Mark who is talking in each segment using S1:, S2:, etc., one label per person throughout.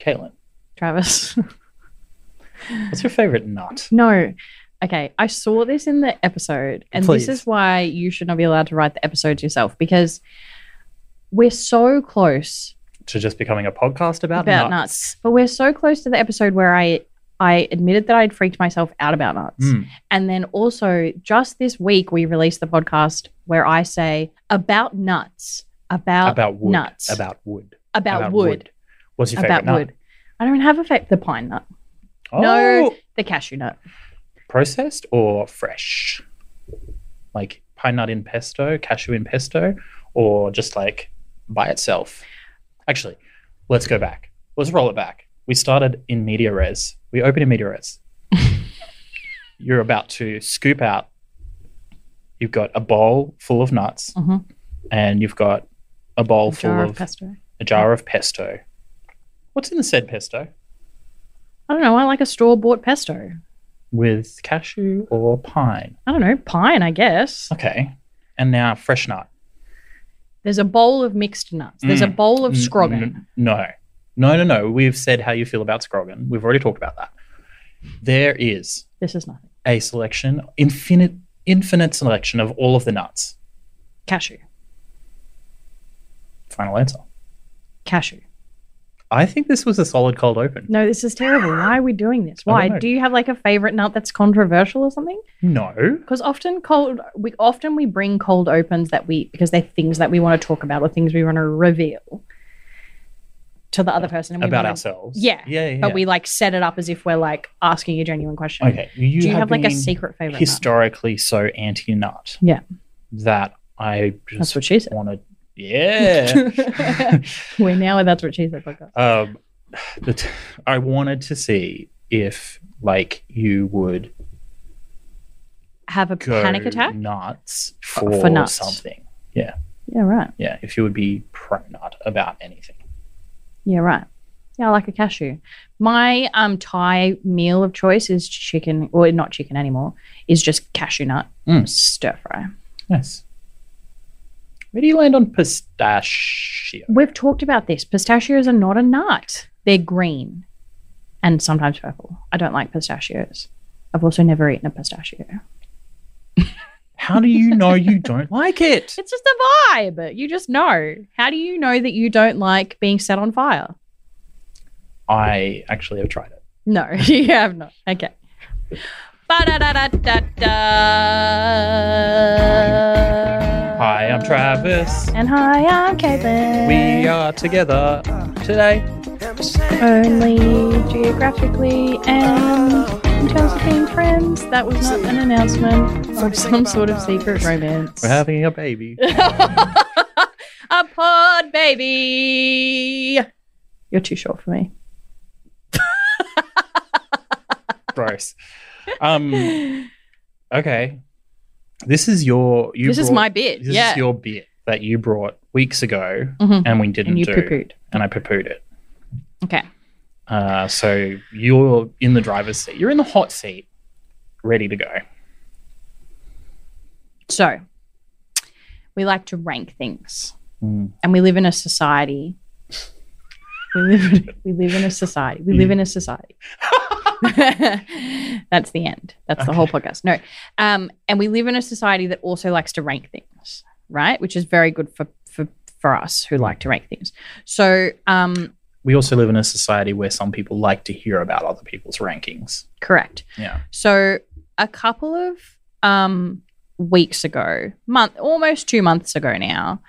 S1: Caitlin,
S2: Travis.
S1: what's your favorite knot?
S2: no. Okay, I saw this in the episode, and
S1: Please.
S2: this is why you should not be allowed to write the episodes yourself because we're so close
S1: To just becoming a podcast about,
S2: about nuts. But we're so close to the episode where I I admitted that I'd freaked myself out about nuts.
S1: Mm.
S2: And then also just this week we released the podcast where I say about nuts, about
S1: about wood.
S2: nuts, about,
S1: About wood.
S2: wood,
S1: What's your favorite
S2: about
S1: nut?
S2: wood. I don't have a favorite. The pine nut,
S1: Oh,
S2: No. the cashew nut.
S1: processed or fresh? Like pine nut in pesto, cashew in pesto, or just like by itself? Actually, let's go back. Let's roll it back. We started in media res. We opened in media res. You're about to scoop out. You've got a bowl full of nuts,
S2: Mhm.
S1: and you've got a bowl full
S2: Jar
S1: of,
S2: of pesto.
S1: a jar of pesto. What's in the said pesto?
S2: I don't know. I like a straw bought pesto.
S1: With cashew or pine?
S2: I don't know. Pine, I guess.
S1: Okay. And now fresh nut.
S2: There's a bowl of mixed nuts. There's a
S1: Mm.
S2: bowl of
S1: N-
S2: scroggin.
S1: n- No, no, no, no. We've said how you feel about Scroggin. We've already talked about that. There is
S2: This is nothing.
S1: a selection, infinite, infinite selection of all of the nuts.
S2: Cashew.
S1: Final answer.
S2: Cashew.
S1: I think this was a solid cold open.
S2: No, this is terrible. Why are we doing this?
S1: I don't
S2: Why?
S1: know.
S2: Do you have like a favorite nut that's controversial or something?
S1: No,
S2: Because often cold, we often we bring cold opens that we because they're things that we want to talk about or things we want to reveal to the other person. And we
S1: about
S2: wanna-
S1: ourselves.
S2: Yeah,
S1: yeah, yeah.
S2: but we like set it up as if we're like asking a genuine question.
S1: okay. You
S2: Do you have like a
S1: been
S2: secret favorite? nut?
S1: historically so anti-nut.
S2: Yeah.
S1: that I
S2: That's
S1: just
S2: what she said.
S1: wanted. Yeah.
S2: We're now that's what she said. Podcast.
S1: um, the t- I wanted to see if like you would
S2: Have a
S1: go
S2: panic attack. Uh,
S1: nuts
S2: for
S1: for,
S2: nuts.
S1: something.
S2: Yeah, right.
S1: Yeah, if you would be pro nut about anything.
S2: Yeah, right. Yeah, I like a cashew. My um Thai meal of choice is chicken, or not chicken anymore, is just cashew nut
S1: Mm.
S2: stir fry.
S1: Yes. Where do you land on pistachio?
S2: We've talked about this. Pistachios are not a nut. They're green and sometimes purple. I don't like pistachios. I've also never eaten a pistachio.
S1: How do you know you don't like it?
S2: It's just a vibe. You just know. How do you know that you don't like being set on fire?
S1: I actually have tried it.
S2: No, you have not. Okay. Ba-da-da-da-da-da.
S1: Hi, I'm Travis.
S2: And hi, I'm Caitlin.
S1: We are together today.
S2: only geographically and in terms of being friends. That was not an announcement of some sort of secret romance.
S1: We're having a baby.
S2: a pod baby. You're too short for me.
S1: Gross. Um, okay. This is your. You
S2: this is
S1: brought-
S2: my bit.
S1: This
S2: yeah.
S1: is your bit that you brought weeks ago
S2: Mhm.
S1: and we didn't
S2: and you
S1: do.
S2: poo pooed.
S1: And I poo pooed it.
S2: Okay.
S1: Uh, so you're in the driver's seat. You're in the hot seat, ready to go.
S2: So, we like to rank things, and we live in a society. We live. In, we live in a society. We live in a society. That's the end. That's the whole podcast. No, um, and we live in a society that also likes to rank things, right? Which is very good for for for us who like to rank things. So, um,
S1: We also live in a society where some people like to hear about other people's rankings.
S2: correct.
S1: Yeah.
S2: So a couple of um, weeks ago, month almost two months ago now,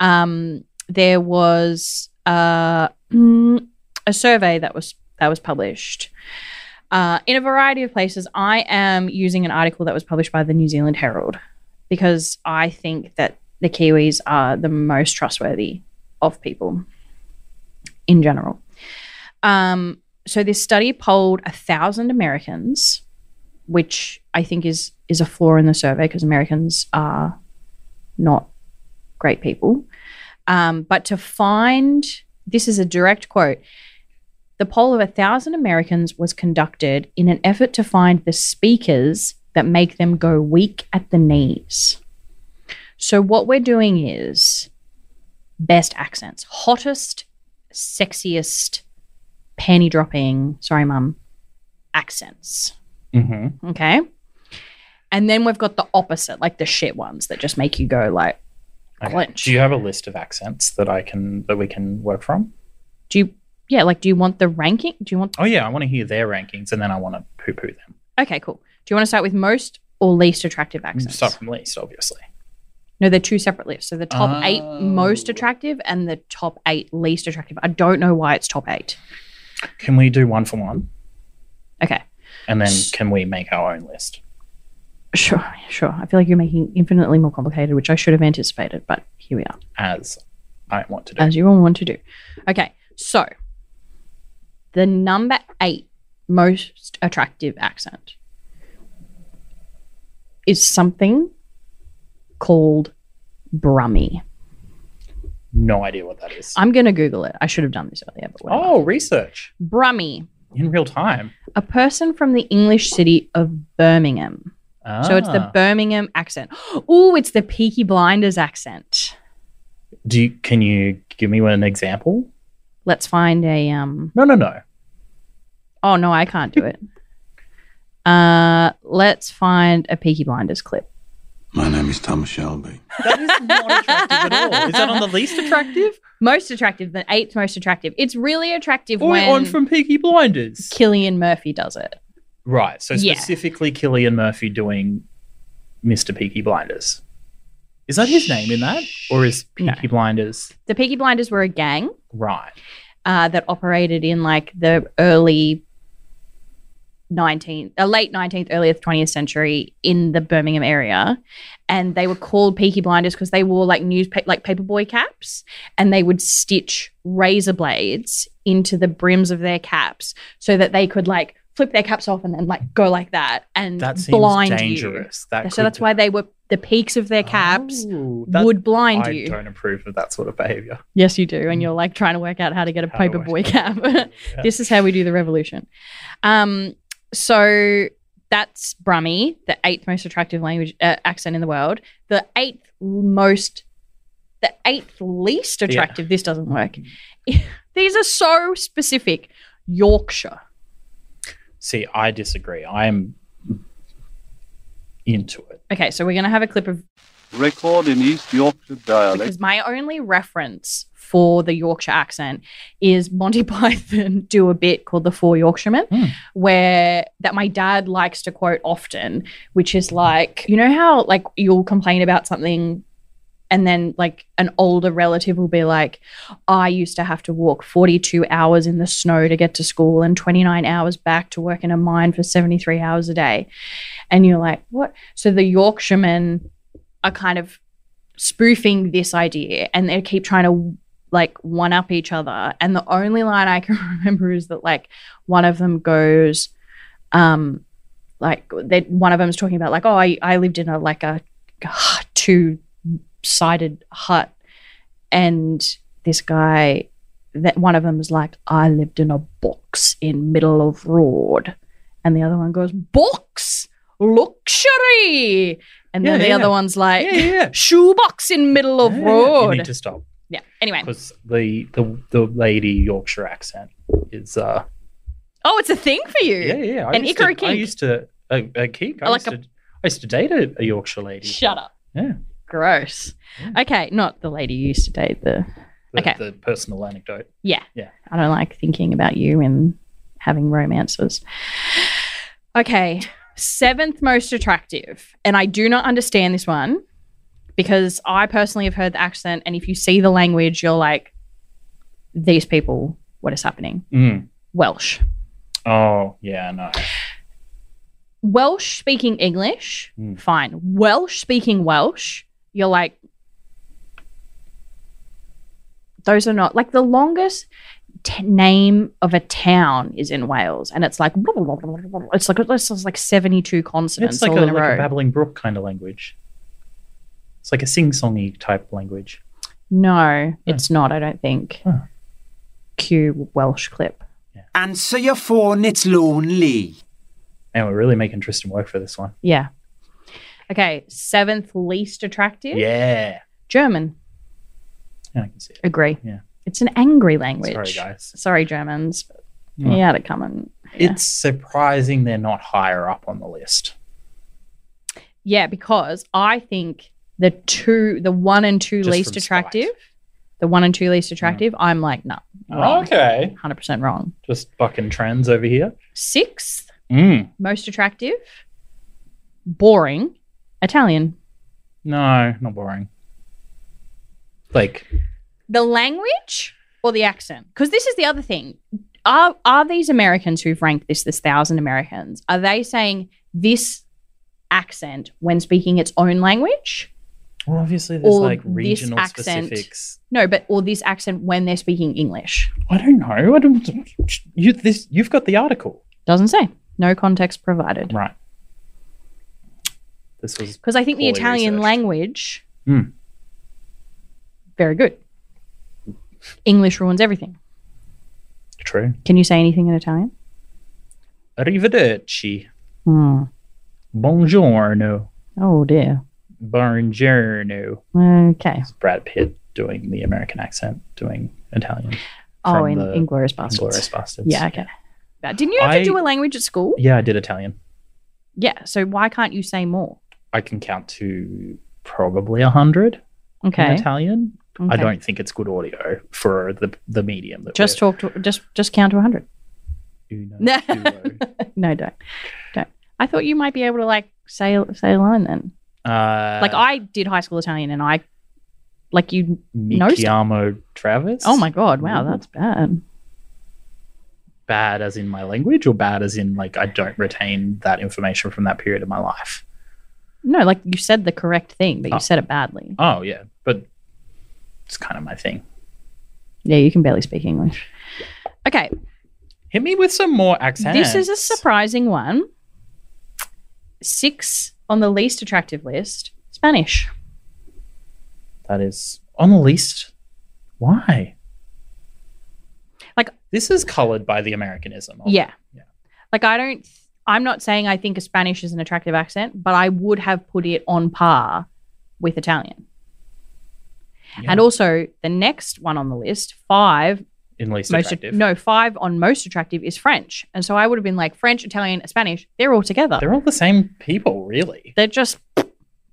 S2: um, there was uh, mm, a survey that was that was published. Uh, in a variety of places, I am using an article that was published by the New Zealand Herald because I think that the Kiwis are the most trustworthy of people in general. Um, so this study polled a thousand Americans which I think is is a flaw in the survey because Americans are not great people. Um, but to find this is a direct quote. The poll of a thousand Americans was conducted in an effort to find the speakers that make them go weak at the knees. So what we're doing is best accents, hottest sexiest panty dropping, sorry, mum, accents.
S1: hmm
S2: Okay. And then we've got the opposite, like the shit ones that just make you go like Clench.
S1: Do you have a list of accents that I can that we can work from?
S2: do you yeah, like do you want the ranking? Do you want
S1: Oh yeah, I want to hear their rankings and then I want to poo poo them.
S2: Okay, cool. Do you want to start with most or least
S1: Mm,
S2: attractive accents?
S1: Start from least, obviously.
S2: No, they're two separate lists. So the top eight most
S1: Oh.
S2: attractive and the top eight least attractive. I don't know why it's top eight.
S1: Can we do one for one,
S2: Okay.
S1: and then
S2: S-
S1: can we make our own list?
S2: Sure, sure. I feel like you're making infinitely more complicated, which I should have anticipated, but here we are.
S1: As I want to do.
S2: as you all want to do. Okay, so the number eight most attractive accent is something called Brummy.
S1: no idea what that is.
S2: I'm going to Google it. I should have done this earlier, but whatever.
S1: oh, research
S2: Brummy,
S1: in real time.
S2: a person from the English city of Birmingham. So it's the
S1: Ah.
S2: Birmingham accent. Oh, it's the Peaky Blinders accent.
S1: Do you, can you give me an example?
S2: Let's find a um
S1: No, no, no.
S2: Oh no, I can't do it. Uh, let's find a Peaky Blinders clip.
S3: My name is Thomas Shelby.
S1: That is not attractive at all. Is that on the least attractive?
S2: Most attractive, the eighth most attractive. It's really attractive
S1: Or
S2: when
S1: on from Peaky Blinders?
S2: Killian Murphy does it.
S1: right. So
S2: Yeah.
S1: specifically, Killian Murphy doing Mr. Peaky Blinders. Is that his name in that, or is
S2: No.
S1: Peaky Blinders
S2: The Peaky Blinders were a gang
S1: right?
S2: uh, that operated in like the early 19th, uh, late 19th, earliest 20th century in the Birmingham area. And they were called Peaky Blinders because they wore like news, like paperboy caps, and they would stitch razor blades into the brims of their caps so that they could like flip their caps off and then like go like that and
S1: That seems
S2: blind you.
S1: dangerous. That Oh,
S2: so that's why they were the peaks of their caps would blind
S1: I
S2: you.
S1: don't approve of that sort of behavior.
S2: Yes, you do. And you're like trying to work out how to get a
S1: How do I-
S2: paperboy cap.
S1: Yeah.
S2: this is how we do the revolution. Um, so that's Brummy, the eighth most attractive language uh, accent in the world. The eighth most, the eighth least attractive. This doesn't work. These are so specific. Yorkshire.
S1: See, I disagree. I'm into it.
S2: Okay, so we're gonna have a clip of
S3: Record in East Yorkshire dialect.
S2: because my only reference for the Yorkshire accent is Monty Python do a bit called the Four Yorkshiremen,
S1: Hmm.
S2: where that my dad likes to quote often, which is like, you know how like you'll complain about something and then like an older relative will be like, I used to have to walk 42 hours in the snow to get to school and 29 hours back to work in a mine for 73 hours a day. And you're like, what? So the Yorkshiremen are kind of spoofing this idea and they keep trying to like one up each other. And the only line I can remember is that like one of them goes, um, like that one of them's talking about like, oh, I, I lived in a like a two sided hut and this guy that one of them was like, I lived in a box in middle of road. And the other one goes, Box luxury. And then
S1: Yeah,
S2: the
S1: yeah.
S2: other one's like
S1: yeah, yeah.
S2: shoebox in middle of
S1: Yeah, yeah, yeah. You
S2: road.
S1: need to stop
S2: yeah. Anyway.
S1: because the, the the lady Yorkshire accent is uh
S2: Oh, it's a thing for you.
S1: yeah yeah. I
S2: An
S1: used to-
S2: Ikaro
S1: I
S2: kink.
S1: used to a, a kink. I,
S2: Like
S1: used to, I used to date a, a Yorkshire lady.
S2: Shut up.
S1: Yeah.
S2: Gross.
S1: Yeah.
S2: Okay, not the lady you used to date. The
S1: The,
S2: Okay.
S1: the personal anecdote.
S2: I don't like thinking about you and having romances. Okay, seventh most attractive, and I do not understand this one because I personally have heard the accent, and if you see the language, you're like, these people, what is happening?
S1: Mm.
S2: Welsh.
S1: Oh yeah, no.
S2: Welsh speaking English,
S1: Mm.
S2: fine. Welsh speaking Welsh, you're like, those are not like the longest t- name of a town is in Wales, and it's like it's like it's just like seventy two consonants
S1: It's like
S2: all
S1: a,
S2: in a
S1: like a
S2: row.
S1: babbling brook kind of language. It's like a sing-songy type language.
S2: no, it's not. I don't think.
S1: Huh.
S2: Cue Welsh clip.
S4: Answer your phone, it's lonely.
S1: And we're really making Tristan work for this one.
S2: Yeah. Okay, seventh least attractive.
S1: Yeah.
S2: German.
S1: Yeah, I can see it.
S2: Agree.
S1: Yeah.
S2: It's an angry language.
S1: Sorry, guys.
S2: Sorry, Germans.
S1: Mm.
S2: You had it coming. Yeah.
S1: It's surprising they're not higher up on the list.
S2: Yeah, because I think the two, the one and two
S1: Just
S2: least
S1: from
S2: attractive, the one and two least attractive, I'm like, no, wrong.
S1: Okay.
S2: 100% wrong.
S1: Just fucking trends over here.
S2: Sixth,
S1: Mm.
S2: most attractive, boring, Italian.
S1: No, not boring. Like,
S2: The language or the accent? Because this is the other thing. Are, are these Americans who've ranked this, this thousand Americans, are they saying this accent when speaking its own language?
S1: well, obviously there's
S2: Or
S1: like
S2: this
S1: regional
S2: accent.
S1: specifics.
S2: No, but or this accent when they're speaking English.
S1: I don't know. I don't. You this. You've got the article
S2: Doesn't say. No context provided.
S1: right. This was
S2: Because I think the
S1: Poorly
S2: Italian
S1: researched.
S2: language,
S1: Hmm.
S2: very good. English ruins everything.
S1: true.
S2: Can you say anything in Italian?
S1: Arrivederci.
S2: Hmm.
S1: Buongiorno.
S2: Oh dear.
S1: Buongiorno.
S2: Okay.
S1: It's Brad Pitt doing the American accent, doing Italian.
S2: Oh,
S1: From
S2: in
S1: the
S2: Inglorious Bastards.
S1: Glorious Bastards.
S2: Yeah. Okay. But Didn't you have to
S1: I-
S2: do a language at school?
S1: Yeah, I did Italian.
S2: Yeah. So why can't you say more?
S1: I can count to probably a hundred in
S2: Okay.
S1: Italian. I
S2: okay.
S1: don't think it's good audio for the the medium. That
S2: Just
S1: we're,
S2: talk to just just count to hundred.
S1: Uno,
S2: No.
S1: duo.
S2: No, don't, don't. I thought you might be able to like say say a line then.
S1: Uh,
S2: like I did high school Italian, and I like you. noticed-
S1: Mikiamo Travis.
S2: Oh my god! Wow,
S1: Ooh.
S2: that's bad.
S1: bad as in my language or bad as in like I don't retain that information from that period of my life.
S2: No, like you said the correct thing, but you
S1: Oh.
S2: said it badly.
S1: Oh yeah, but it's kind of my thing.
S2: Yeah, you can barely speak English. Okay,
S1: Hit me with some more accents.
S2: this is a surprising one. Six on the least attractive list: Spanish.
S1: That is on the least. Why?
S2: Like-
S1: this is colored by the Americanism. of-
S2: Yeah.
S1: Oh, Yeah.
S2: Like I don't I'm not saying I think a Spanish is an attractive accent, but I would have put it on par with Italian.
S1: Yeah.
S2: And also the next one on the list, 5
S1: in least
S2: most
S1: attractive.
S2: no, 5 on most attractive is French. And so I would have been like French, Italian, Spanish, they're all together. They're,
S1: they're all the same people, really.
S2: just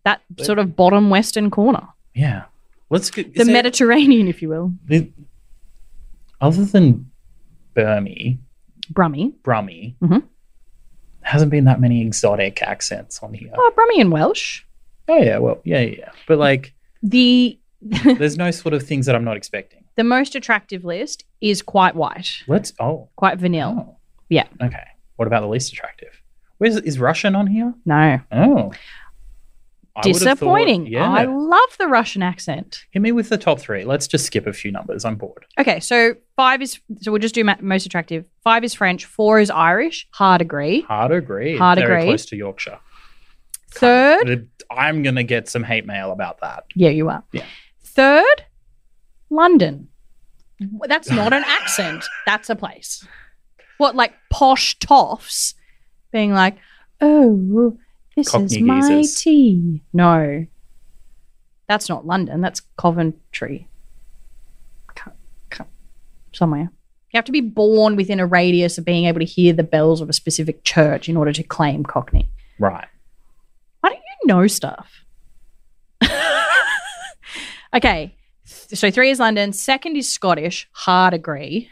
S2: that
S1: They-
S2: sort of bottom western corner.
S1: Yeah. Let's get
S2: the Mediterranean, if you will.
S1: the, other than Burmese.
S2: Brummy.
S1: Brummy.
S2: Mhm.
S1: Hasn't been that many exotic accents on here.
S2: Oh, Brummy in Welsh.
S1: Oh yeah, well, yeah, yeah. yeah. But like,
S2: The
S1: there's no sort of things that I'm not expecting.
S2: the most attractive list is quite white,
S1: Let's. Oh,
S2: quite vanilla.
S1: oh.
S2: Yeah.
S1: Okay. What about the least attractive? Where's is Russian on here?
S2: No.
S1: Oh. I would've thought-
S2: disappointing.
S1: yeah.
S2: I love the Russian accent.
S1: Hit me with the top three. Let's just skip a few numbers. I'm bored.
S2: Okay, so five is so we'll just do ma- most attractive. Five is French. Four is Irish. Hard agree.
S1: Hard agree.
S2: Hard
S1: Very
S2: agree.
S1: close to Yorkshire.
S2: Third,
S1: I'm gonna get some hate mail about that.
S2: yeah, you are.
S1: Yeah.
S2: Third, London. W- That's not an accent. That's a place. What like posh toffs being like, oh, this is
S1: Cockney
S2: my
S1: geezers.
S2: tea. No, that's not London. That's Coventry. Co- co- Somewhere. You have to be born within a radius of being able to hear the bells of a specific church in order to claim Cockney.
S1: Right.
S2: Why don't you know stuff? okay. th- So three is London. Second is Scottish. Hard agree.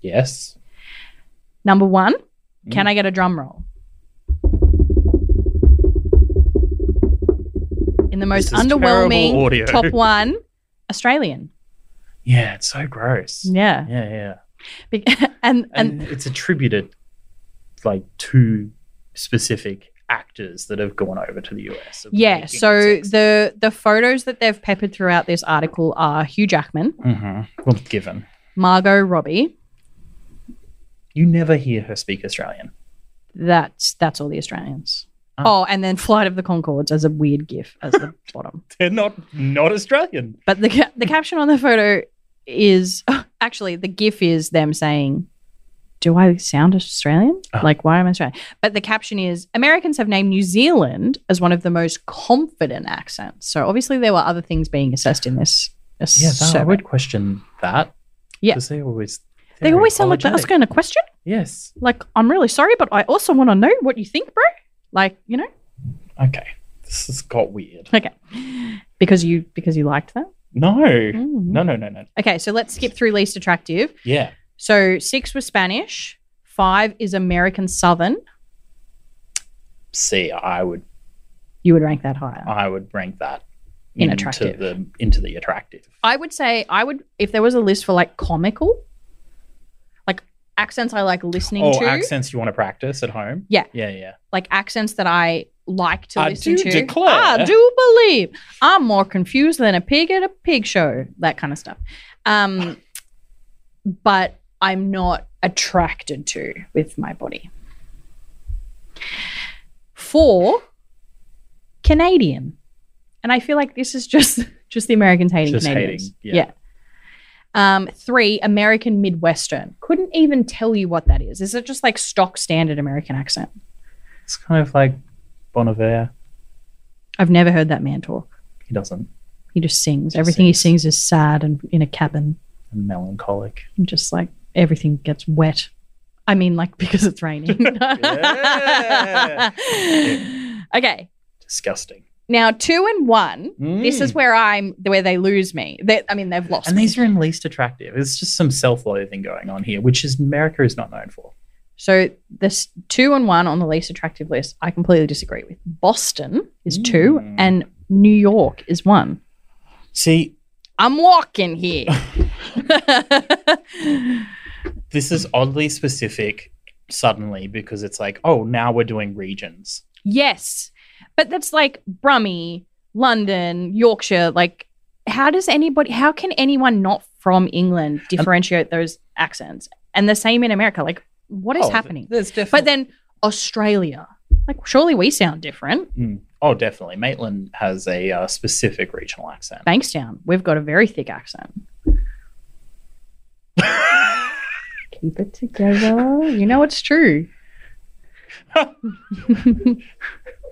S1: Yes.
S2: Number one, can
S1: Mm.
S2: I get a drum roll? In the most
S1: This is terrible
S2: underwhelming
S1: audio.
S2: top one, Australian.
S1: Yeah, it's so gross.
S2: Yeah.
S1: Yeah, yeah.
S2: Be- and, and
S1: And, it's attributed like to specific actors that have gone over to the US. of
S2: yeah,
S1: making
S2: so
S1: sex.
S2: the the photos that they've peppered throughout this article are Hugh Jackman,
S1: Mhm. well, given
S2: Margot Robbie.
S1: you never hear her speak Australian.
S2: That's that's all the Australians.
S1: Ah.
S2: Oh, and then Flight of the Concords as a weird gif as the bottom.
S1: They're not not Australian.
S2: But the ca- the caption on the photo is actually the gif is them saying, "Do I sound Australian?
S1: Ah.
S2: Like why am I Australian?" But the caption is Americans have named New Zealand as one of the most confident accents. So obviously there were other things being assessed in this a
S1: Yeah, that, I
S2: survey.
S1: would question that.
S2: Yeah.
S1: because they always
S2: They
S1: they're
S2: always sound like they're
S1: apologetic.
S2: asking a question.
S1: Yes.
S2: Like, I'm really sorry, but I also want to know what you think, bro. Like, you know,
S1: Okay. This has got weird.
S2: okay, because you because you liked that.
S1: No.
S2: Mm.
S1: No. No. No. No.
S2: Okay, so let's skip through least attractive.
S1: Yeah.
S2: So six was Spanish. Five is American Southern.
S1: See, I would
S2: You would rank that higher.
S1: I would rank that
S2: In attractive.
S1: into the into the attractive.
S2: I would say I would if there was a list for like comical, like accents I like listening
S1: Oh,
S2: to,
S1: accents you want to practice at home?
S2: Yeah.
S1: Yeah. Yeah.
S2: like accents that I like to
S1: I
S2: listen
S1: do
S2: to.
S1: declare.
S2: I do believe I'm more confused than a pig at a pig show. That kind of stuff. Um, but I'm not attracted to with my body. Four, Canadian, and I feel like this is just just the Americans hating
S1: Just
S2: Canadians.
S1: hating, yeah.
S2: yeah. Um, three, American Midwestern. Couldn't even tell you what that is. Is it just like stock standard American accent?
S1: It's kind of like Bonavere.
S2: I've never heard that man talk.
S1: He doesn't.
S2: He just sings.
S1: Just
S2: everything he
S1: sings.
S2: sings is sad and in a cabin.
S1: And melancholic.
S2: And just like everything gets wet. I mean, like because it's raining.
S1: Yeah.
S2: okay.
S1: Disgusting.
S2: Now two and one. This
S1: Mm.
S2: is where I'm where they lose me. They, I mean, they've lost.
S1: And
S2: me.
S1: these are in least attractive. It's just some self-loathing going on here, which is America is not known for.
S2: so this two and one on the least attractive list. I completely disagree with. Boston is two,
S1: Mm.
S2: and New York is one.
S1: See,
S2: I'm walking here.
S1: this is oddly specific suddenly because it's like, oh, now we're doing regions.
S2: Yes. But that's like Brummie, London, Yorkshire. Like, how does anybody, how can anyone not from England differentiate those accents? And the same in America. Like, what is
S1: Oh, th-
S2: happening?
S1: There's definitely
S2: but then Australia. Like, surely we sound different.
S1: Oh, definitely. Maitland has a uh, specific regional accent.
S2: Bankstown, we've got a very thick accent. Keep it together. You know it's true.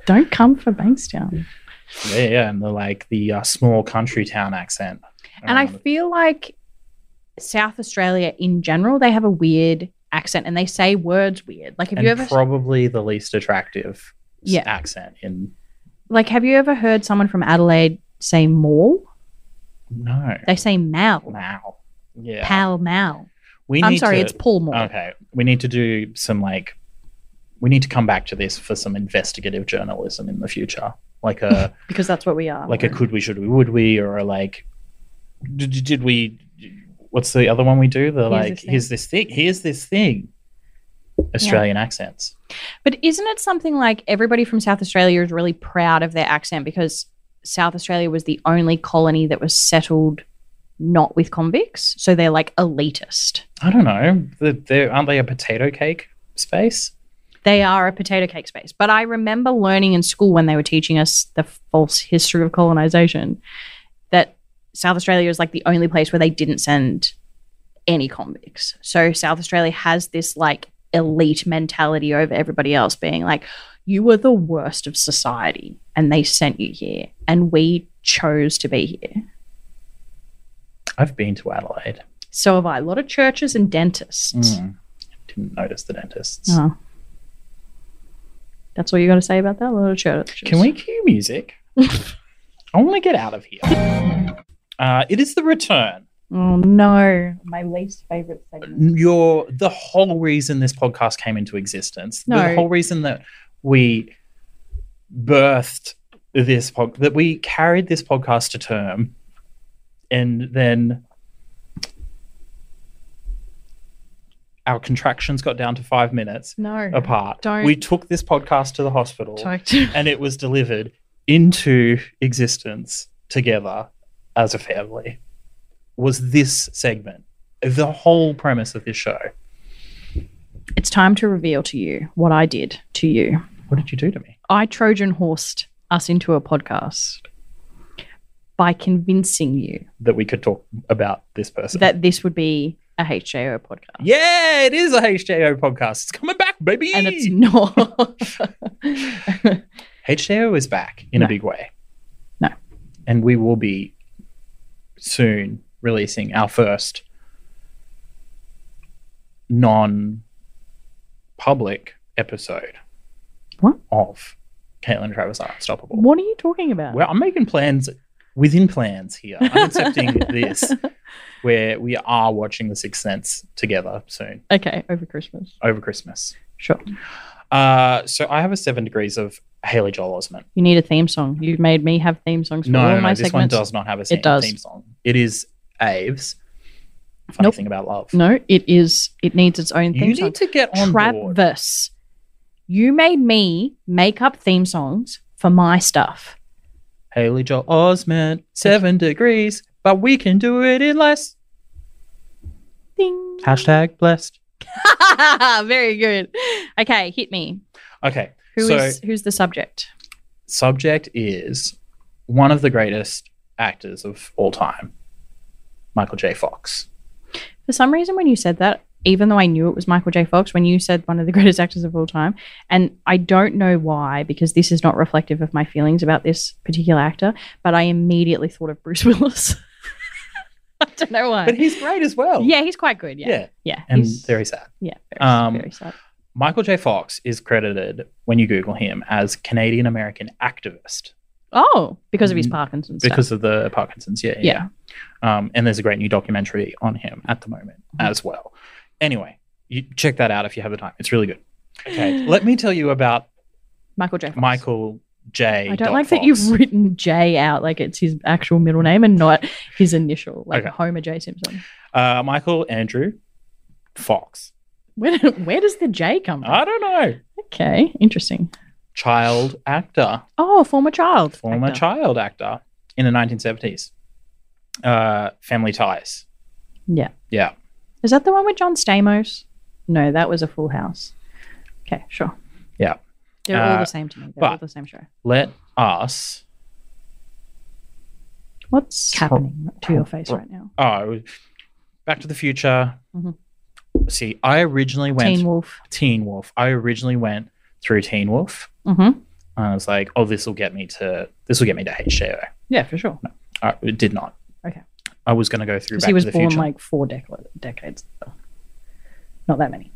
S2: Don't come for Bankstown.
S1: Yeah, yeah, and the like the uh, small country town accent.
S2: And I
S1: around it.
S2: feel like South Australia in general, they have a weird accent and they say words weird. Like have
S1: and
S2: you ever
S1: probably the least attractive s-
S2: Yeah.
S1: accent in
S2: like have you ever heard someone from Adelaide say mall?
S1: no
S2: They say mal.
S1: now. Yeah,
S2: Pal mal.
S1: we.
S2: I'm
S1: need
S2: sorry,
S1: to-
S2: it's Paul Mall.
S1: okay. We need to do some like. We need to come back to this for some investigative journalism in the future, like a
S2: Because that's what we are.
S1: like a could we, should we, would we, or a like, did, did we? What's the other one we do? The
S2: Here's
S1: like, here's this
S2: this thing.
S1: thing, here's this thing. Australian accents.
S2: But isn't it something like everybody from South Australia is really proud of their accent because South Australia was the only colony that was settled not with convicts? So they're like elitist.
S1: I don't know. They're, they're, aren't they a potato cake space?
S2: They are a potato cake space. But I remember learning in school when they were teaching us the false history of colonization that South Australia is like the only place where they didn't send any convicts. So South Australia has this like elite mentality over everybody else, being like, you were the worst of society and they sent you here and we chose to be here.
S1: I've been to Adelaide.
S2: So have I. A lot of churches and dentists.
S1: Mm. Didn't notice the dentists.
S2: Oh. That's all you got to say about that? A lot of churches.
S1: Can we cue music? I want to get out of here. Uh, it is the return.
S2: Oh no, my least favorite segment.
S1: Your the whole reason this podcast came into existence. The
S2: No.
S1: whole reason that we birthed this pod, that we carried this podcast to term, and then our contractions got down to five minutes
S2: No.
S1: apart.
S2: Don't-
S1: We took this podcast to the hospital
S2: Don't.
S1: and it was delivered into existence together as a family. Was this segment the whole premise of this show?
S2: It's time to reveal to you what I did to you.
S1: What did you do to me?
S2: I Trojan horsed us into a podcast by convincing you
S1: That we could talk about this person.
S2: that this would be a HJO podcast.
S1: yeah, it is a HJO podcast. It's coming back, baby.
S2: And it's not.
S1: HJO is back in
S2: No.
S1: a big way.
S2: No.
S1: And we will be soon releasing our first non public episode
S2: What?
S1: of Caitlin Travers Are Unstoppable.
S2: What are you talking about?
S1: Well, I'm making plans within plans here. I'm accepting this where we are watching The Sixth Sense together soon
S2: okay, over Christmas.
S1: over Christmas.
S2: Sure.
S1: Uh, so I have a seven degrees of Haley Joel Osment.
S2: You need a theme song. You made me have theme songs for
S1: No,
S2: all
S1: no, no,
S2: my
S1: this
S2: segments.
S1: one does not have a theme,
S2: does.
S1: theme song. It is Aves. Funny
S2: Nope.
S1: thing about love.
S2: No, it is. It needs its own
S1: you
S2: theme
S1: need
S2: song.
S1: to get on board.
S2: Travis, you made me make up theme songs for my stuff.
S1: Haley Joel Osment, seven degrees, but we can do it in less.
S2: Ding.
S1: Hashtag blessed.
S2: Very good. Okay, hit me.
S1: Okay.
S2: Who is
S1: so
S2: who's the subject?
S1: subject is one of the greatest actors of all time, Michael J. Fox.
S2: For some reason, when you said that, even though I knew it was Michael J. Fox, when you said one of the greatest actors of all time, and I don't know why, because this is not reflective of my feelings about this particular actor, but I immediately thought of Bruce Willis. I don't know why.
S1: But he's great as well.
S2: yeah, he's quite good. Yeah,
S1: Yeah.
S2: yeah, yeah
S1: And
S2: he's-
S1: very sad.
S2: yeah, very,
S1: um,
S2: very sad.
S1: Michael J. Fox is credited, when you Google him, as Canadian American activist
S2: Oh, because of his
S1: Mm,
S2: Parkinson's.
S1: because of the Parkinson's. Yeah, yeah. yeah. Um, and there's a great new documentary on him at the moment
S2: Mm-hmm.
S1: as well. Anyway, you check that out if you have the time. It's really good. Okay, let me tell you about
S2: Michael J. Fox.
S1: Michael J.
S2: I don't
S1: dot
S2: like that
S1: Fox.
S2: you've written J out like it's his actual middle name and not his initial, like
S1: Okay.
S2: Homer J. Simpson.
S1: uh, Michael Andrew Fox.
S2: Where, where does the J come from?
S1: I don't know.
S2: okay, interesting.
S1: Child actor,
S2: Oh, former child.
S1: former
S2: actor.
S1: child actor in the 1970s. Uh, family Ties.
S2: Yeah.
S1: Yeah.
S2: Is that the one with John Stamos? No, that was a Full House. Okay, sure.
S1: Yeah.
S2: They're all
S1: Uh,
S2: the same to me. They're all
S1: but-
S2: the same show.
S1: Let us
S2: What's
S1: Tro-
S2: happening to your face right now?
S1: Oh, Back to the Future.
S2: Mhm.
S1: See, I originally went
S2: Teen Wolf.
S1: Teen Wolf. I originally went through Teen Wolf.
S2: Mm-hmm.
S1: And I was like, oh, this will get me to this will get me to HBO.
S2: Yeah, for sure.
S1: Uh, it did not.
S2: Okay.
S1: I was going to go through
S2: Because
S1: Back
S2: he was
S1: to the
S2: born
S1: Future.
S2: like four dec- decades ago. Not that many.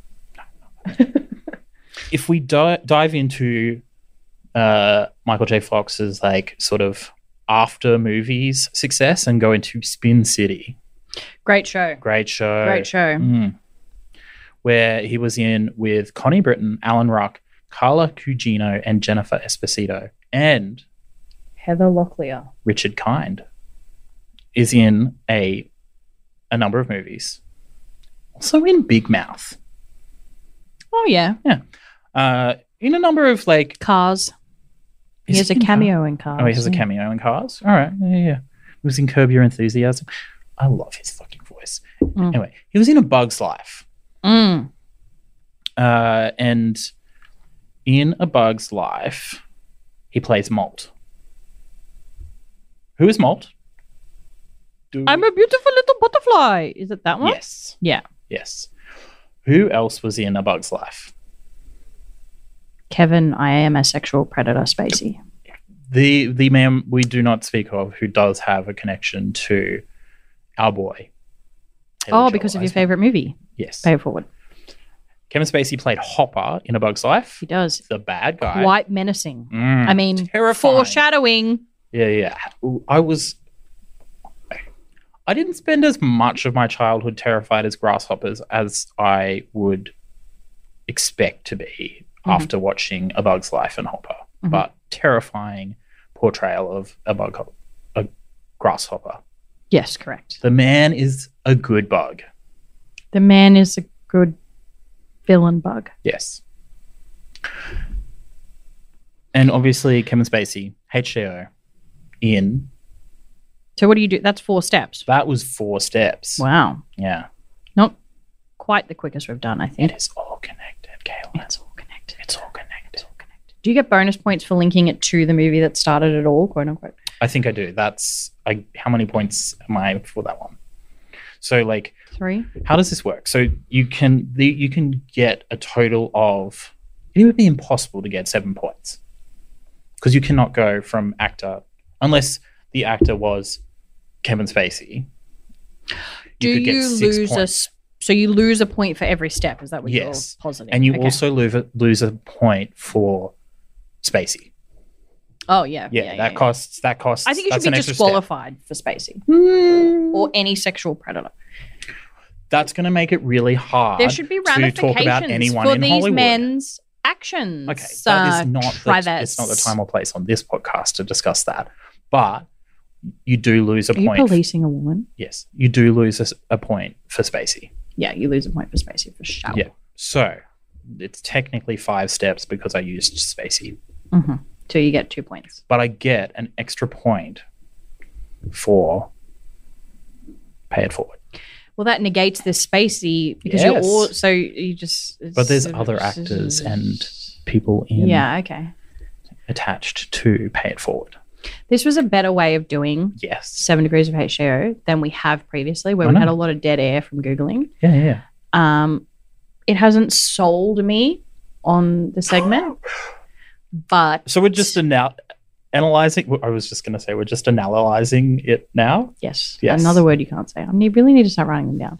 S1: if we di- dive into uh, Michael J. Fox's like sort of after movies success and go into Spin City,
S2: Great show.
S1: great show,
S2: Great show.
S1: Mm. where he was in with Connie Britton, Alan Ruck, Carla Cugino, and Jennifer Esposito, and
S2: Heather Locklear.
S1: Richard Kind is in a a number of movies, also in Big Mouth,
S2: Oh yeah,
S1: uh, in a number of like
S2: Cars. He
S1: is
S2: has a
S1: in Cars?
S2: cameo in Cars.
S1: Oh, he has a
S2: yeah.
S1: cameo in Cars. All right, yeah, yeah, yeah. He was in Curb Your Enthusiasm. I love his fucking voice.
S2: Mm.
S1: Anyway, he was in A Bug's Life,
S2: Mm.
S1: uh, and in A Bug's Life, he plays Malt. Who is Malt? Do-
S2: I'm a beautiful little butterfly. Is it that one?
S1: yes,
S2: Yeah.
S1: yes. Who else was in A Bug's Life?
S2: Kevin, I am a sexual predator, Spacey.
S1: The the man we do not speak of, who does have a connection to our boy.
S2: oh, because of your favorite movie,
S1: Yes.
S2: Pay It Forward.
S1: Kevin Spacey played Hopper in A Bug's Life,
S2: He does.
S1: the bad guy.
S2: Quite menacing.
S1: Mm.
S2: I mean,
S1: terrifying.
S2: foreshadowing.
S1: Yeah, yeah. Ooh, I was. I didn't spend as much of my childhood terrified as grasshoppers as I would expect to be
S2: Mhm.
S1: after watching A Bug's Life and Hopper,
S2: Mhm.
S1: but terrifying portrayal of a bug, a grasshopper.
S2: Yes, correct.
S1: The man is a good bug.
S2: The man is a good villain bug.
S1: Yes. And obviously, Kevin Spacey, HJO, in.
S2: So what do you do? That's four steps.
S1: That was four steps.
S2: Wow.
S1: Yeah.
S2: Not quite the quickest we've done, I think.
S1: It is all connected, Kayla.
S2: It's all connected.
S1: It's all connected.
S2: Do you get bonus points for linking it to the movie that started it all, quote unquote?
S1: I think I do. That's I. How many points am I for that one? So, like,
S2: Three?
S1: how does this work? So you can the, you can get a total of. It would be impossible to get seven points because you cannot go from actor unless the actor was Kevin Spacey,
S2: Do
S1: could get
S2: you
S1: six
S2: lose a
S1: points.
S2: s a so you lose a point for every step? Is that what
S1: Yes.
S2: you're positing?
S1: and you
S2: Okay.
S1: also lose a, lose a point for Spacey.
S2: oh yeah
S1: Yeah, that costs that costs.
S2: I think you
S1: that's
S2: should
S1: an
S2: be
S1: extra step.
S2: disqualified for Spacey or any sexual predator.
S1: That's going to make it really hard.
S2: there should be
S1: to talk about
S2: ramifications
S1: anyone
S2: for
S1: in
S2: these
S1: Hollywood.
S2: men's actions.
S1: Okay, that
S2: uh,
S1: is not the,
S2: Travis.
S1: it's not the time or place on this podcast to discuss that. But you do lose a
S2: Are you
S1: point.
S2: policing a woman?
S1: yes, you do lose a, s- a point for Spacey.
S2: Yeah, you lose a point for Spacey for sure.
S1: Yeah. So it's technically five steps because I used Spacey,
S2: hmm So you get two points.
S1: but I get an extra point for pay it forward.
S2: Well, that negates the Spacey because you're
S1: Yes.
S2: all so you just.
S1: But there's other actors and people in
S2: Yeah. Okay.
S1: attached to pay it forward.
S2: This was a better way of doing
S1: Yes.
S2: Seven Degrees of HAO than we have previously, where
S1: I
S2: we
S1: know.
S2: had a lot of dead air from googling.
S1: Yeah, yeah.
S2: Um, it hasn't sold me on the segment, but
S1: So we're just now analyzing. I was just going to say we're just analyzing it now.
S2: yes,
S1: Yes.
S2: another word you can't say. I need, really need to start writing them down.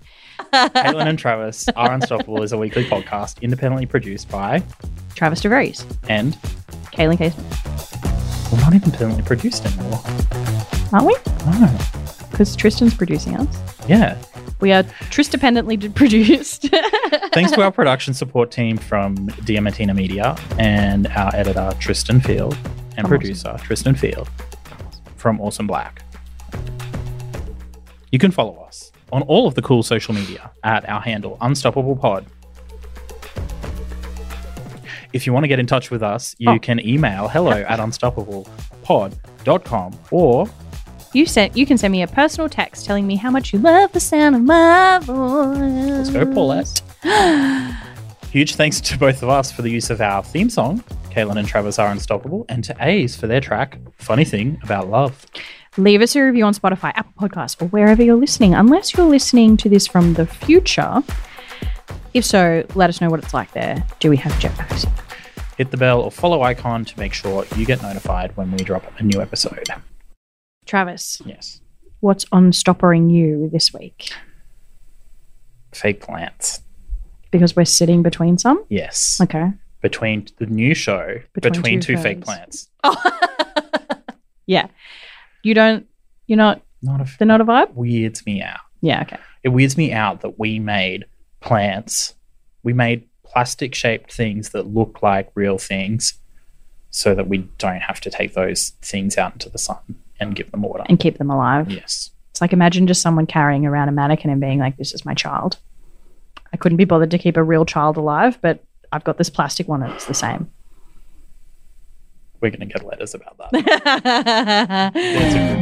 S1: Caitlin and Travis are unstoppable is a weekly podcast independently produced by
S2: Travis DeVries,
S1: and
S2: Kaylin Casement,
S1: we're not independently produced anymore.
S2: aren't we?
S1: No.
S2: Because Tristan's producing us.
S1: Yeah.
S2: We are Trist dependently d- produced.
S1: Thanks to our production support team from Diamantina Media and our editor Tristan Field and
S2: From
S1: producer Tristan Field from Awesome Black. You can follow us on all of the cool social media at our handle Unstoppable Pod. If you want to get in touch with us, you
S2: Oh.
S1: can email hello at unstoppablepod.com or
S2: you sent. You can send me a personal text telling me how much you love the sound of my voice.
S1: let's go Paulette. Huge thanks to both of us for the use of our theme song, Caitlin and Travis Are Unstoppable, and to A's for their track, Funny Thing About Love.
S2: Leave us a review on Spotify, Apple Podcasts, or wherever you're listening. Unless you're listening to this from the future. If so, let us know what it's like there. Do we have jetpacks?
S1: Hit the bell or follow icon to make sure you get notified when we drop a new episode.
S2: Travis,
S1: Yes.
S2: what's on stoppering you this week?
S1: Fake plants.
S2: Because we're sitting between some.
S1: Yes.
S2: Okay.
S1: Between the new show,
S2: Between
S1: Between,
S2: Two
S1: Two, Fake
S2: Ferns.
S1: Plants.
S2: yeah. You don't. You're not.
S1: Not a f-
S2: They're not a vibe.
S1: weirds me out.
S2: Yeah. Okay.
S1: It weirds me out that we made plants. We made plastic shaped things that look like real things so that we don't have to take those things out into the sun and give them water.
S2: And keep them alive.
S1: Yes.
S2: It's like imagine just someone carrying around a mannequin and being like, "This is my child." I couldn't be bothered to keep a real child alive, but I've got this plastic one, and it's the same.
S1: We're going to get letters about that.
S2: That's
S1: That's a good